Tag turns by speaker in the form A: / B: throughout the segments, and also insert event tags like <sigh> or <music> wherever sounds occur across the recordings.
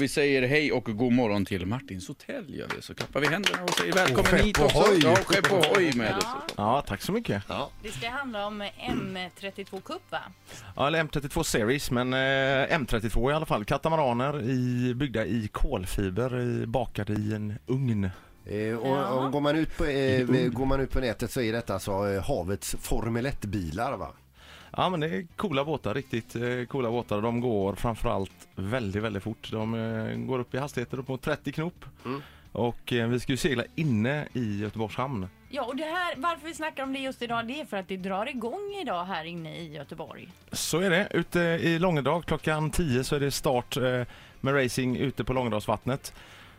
A: Vi säger hej och god morgon till Martins hotell gör vi, så klappar vi händerna och säger välkommen
B: skepp
A: hit
B: och
A: också.
B: hoj.
A: Ja, skepp och hoj med oss.
C: Ja, tack så mycket. Ja.
D: Det ska handla om M32 Cup va?
C: eller M32 Series, men eh, M32 i alla fall. Katamaraner i, byggda i kolfiber, i, bakade i en ugn.
B: Eh, och, och går, man ut på, eh,
C: Mm.
B: går man ut på nätet så är detta alltså eh, havets Formel 1-bilar va?
C: Ja, men det är coola båtar, riktigt eh, coola båtar. De går framförallt väldigt, väldigt fort. De eh, går upp i hastigheter upp mot 30 knop. Och eh, vi ska ju segla inne i Göteborgs hamn.
D: Ja, och det här, varför vi snackar om det just idag, det är för att det drar igång idag här inne i Göteborg.
C: Så är det. Ute i Långedrag klockan 10 så är det start eh, med racing ute på Långedragsvattnet.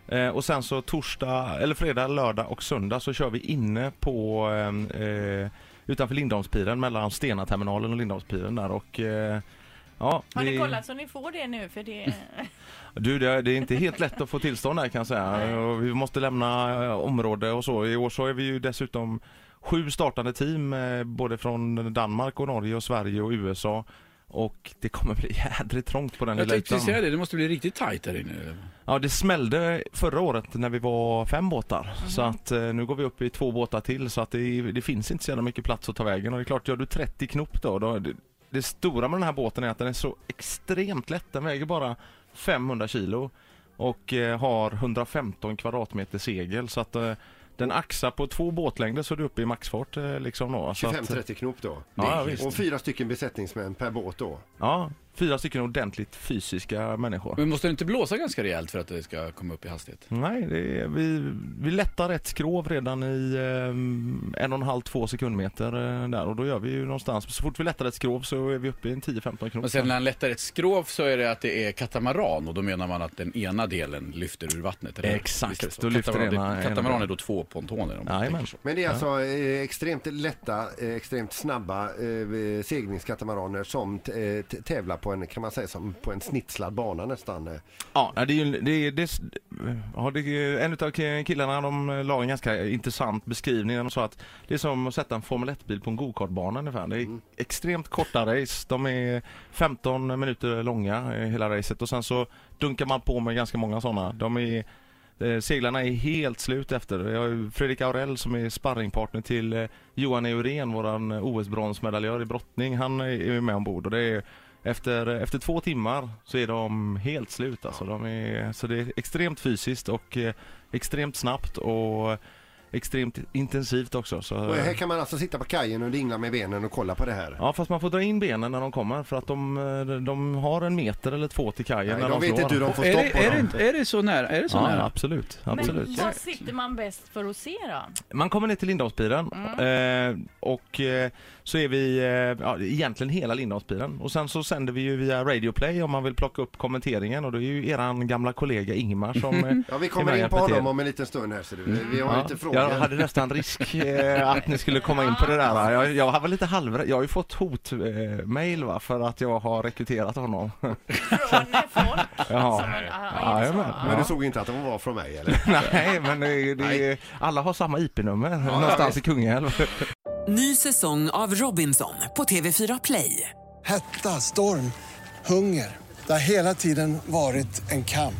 C: Eh, och sen så torsdag, eller fredag, lördag och söndag så kör vi inne på eh, eh, utanför Lindholmspiren mellan Stenaterminalen och Lindholmspiren där och eh, Ja,
D: Har ni
C: det-
D: kollat så ni får det nu? För det,
C: Du, det, det är inte helt lätt att få tillstånd här kan jag säga. Och Vi måste lämna eh, område och så. I år så är vi ju dessutom sju startande team, eh, både från Danmark och Norge och Sverige och USA. Och det kommer bli <laughs> jädrigt trångt på den
A: Jag
C: lilla
A: tänkte precis säga
C: ytan.
A: det, det måste bli riktigt tajt här inne.
C: Ja, det smällde förra året när vi var fem båtar. Så att eh, nu går vi upp i två båtar till så att det, det finns inte så jävla mycket plats att ta vägen. Och det är klart, gör du 30 knop då, då det, det stora med den här båten är att den är så extremt lätt. Den väger bara 500 kilo och eh, har 115 kvadratmeter segel. Så att eh, den axar på två båtlängder så är du uppe i maxfart eh, liksom då. Så att-
B: 25-30 knop då.
C: Ja, visst.
B: och fyra stycken besättningsmän per båt då.
C: Ja, fyra stycken ordentligt fysiska människor.
A: Men måste det inte blåsa ganska rejält för att det ska komma upp i hastighet?
C: Nej, det är, vi, vi lättar ett skrov redan i eh, en och en halv, två sekundmeter eh, där och då gör vi ju någonstans, så fort vi lättar ett skrov så är vi uppe i en 10-15 knop.
A: Och sen när han lättar ett skrov så är det att det är katamaran och då menar man att den ena delen lyfter ur vattnet. eller?
C: Exakt,
A: Visst är det så?
C: då lyfter
A: katamaran,
C: ena-
A: det-
C: ena
A: katamaran
C: delen.
A: är då två pontoner om man
C: Jajamän.
A: tänker så.
B: Men det är alltså eh, extremt lätta, eh, extremt snabba eh, seglingskatamarraner som t- eh, t- tävlar på en, kan man säga, som på en snitslad bana nästan. eh.
C: Ja, det är ju, det är, det är, ja, det är, en utav killarna de eh, la en ganska intressant beskrivning. De sa att det är som att sätta en Formel 1-bil på en gokartbana ungefär. Det är
A: Mm.
C: extremt korta race. De är 15 minuter långa eh, hela racet och sen så dunkar man på med ganska många sådana. De är, eh, seglarna är helt slut efter. Jag har ju Fredrik Aurell som är sparringpartner till eh, Johan Eurén, våran eh, OS-bronsmedaljör i brottning. Han eh, är är ju med ombord och det är efter, eh, efter två timmar så är de helt slut alltså. De är, så det är extremt fysiskt och eh, extremt snabbt och eh, extremt intensivt också. Så, eh,
B: Och här kan man alltså sitta på kajen och dingla med benen och kolla på det här.
C: Ja fast man får dra in benen när de kommer för att de, eh, de har en meter eller två till kajen
B: Nej,
C: när de
B: de vet
C: slår.
B: inte hur de får
A: Är
B: stopp
A: det,
B: på
A: är,
B: dem.
A: det, är det så nära? Är det så
C: Ja,
A: nära?
C: absolut. <laughs> absolut.
D: men vad sitter man bäst för att se
C: <laughs>
D: då?
C: Man kommer ner till Lindholmspiren eh, och eh, så är vi eh, ja, egentligen hela Lindholmspiren och sen så sänder vi ju via Radio Play om man vill plocka upp kommenteringen och det är ju eran gamla kollega Ingmar som eh,
B: Ja,
C: är
B: vi
C: med
B: kommer
C: och
B: in på
C: hjälper till.
B: honom om en liten stund här ser du. Vi- Vi har
C: Ja,
B: lite
C: jag
B: frågor.
C: hade nästan risk eh, att ni skulle komma in på det där. Jag, jag var lite halv... Jag har ju fått hotmail eh, mail, va, för att jag har rekryterat honom.
D: Från folk?
C: Ja.
D: Som, ja,
C: <laughs> Ja,
D: är det så?
C: jajamän.
B: Men du såg inte att de var från mig eller?
C: Nej, men det, det, alla har samma IP-nummer någonstans i Kungälv.
E: Ny säsong av Robinson på TV4 Play.
F: Hetta, storm, hunger. Det har hela tiden varit en kamp.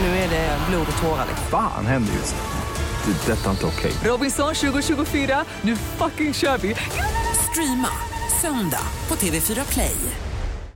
G: Nu är det blod och tårar.
H: Fan händer just nu. Det. är Detta är inte okej.
G: Robinson 2024, nu fucking kör vi!
E: Streama söndag på TV4 Play.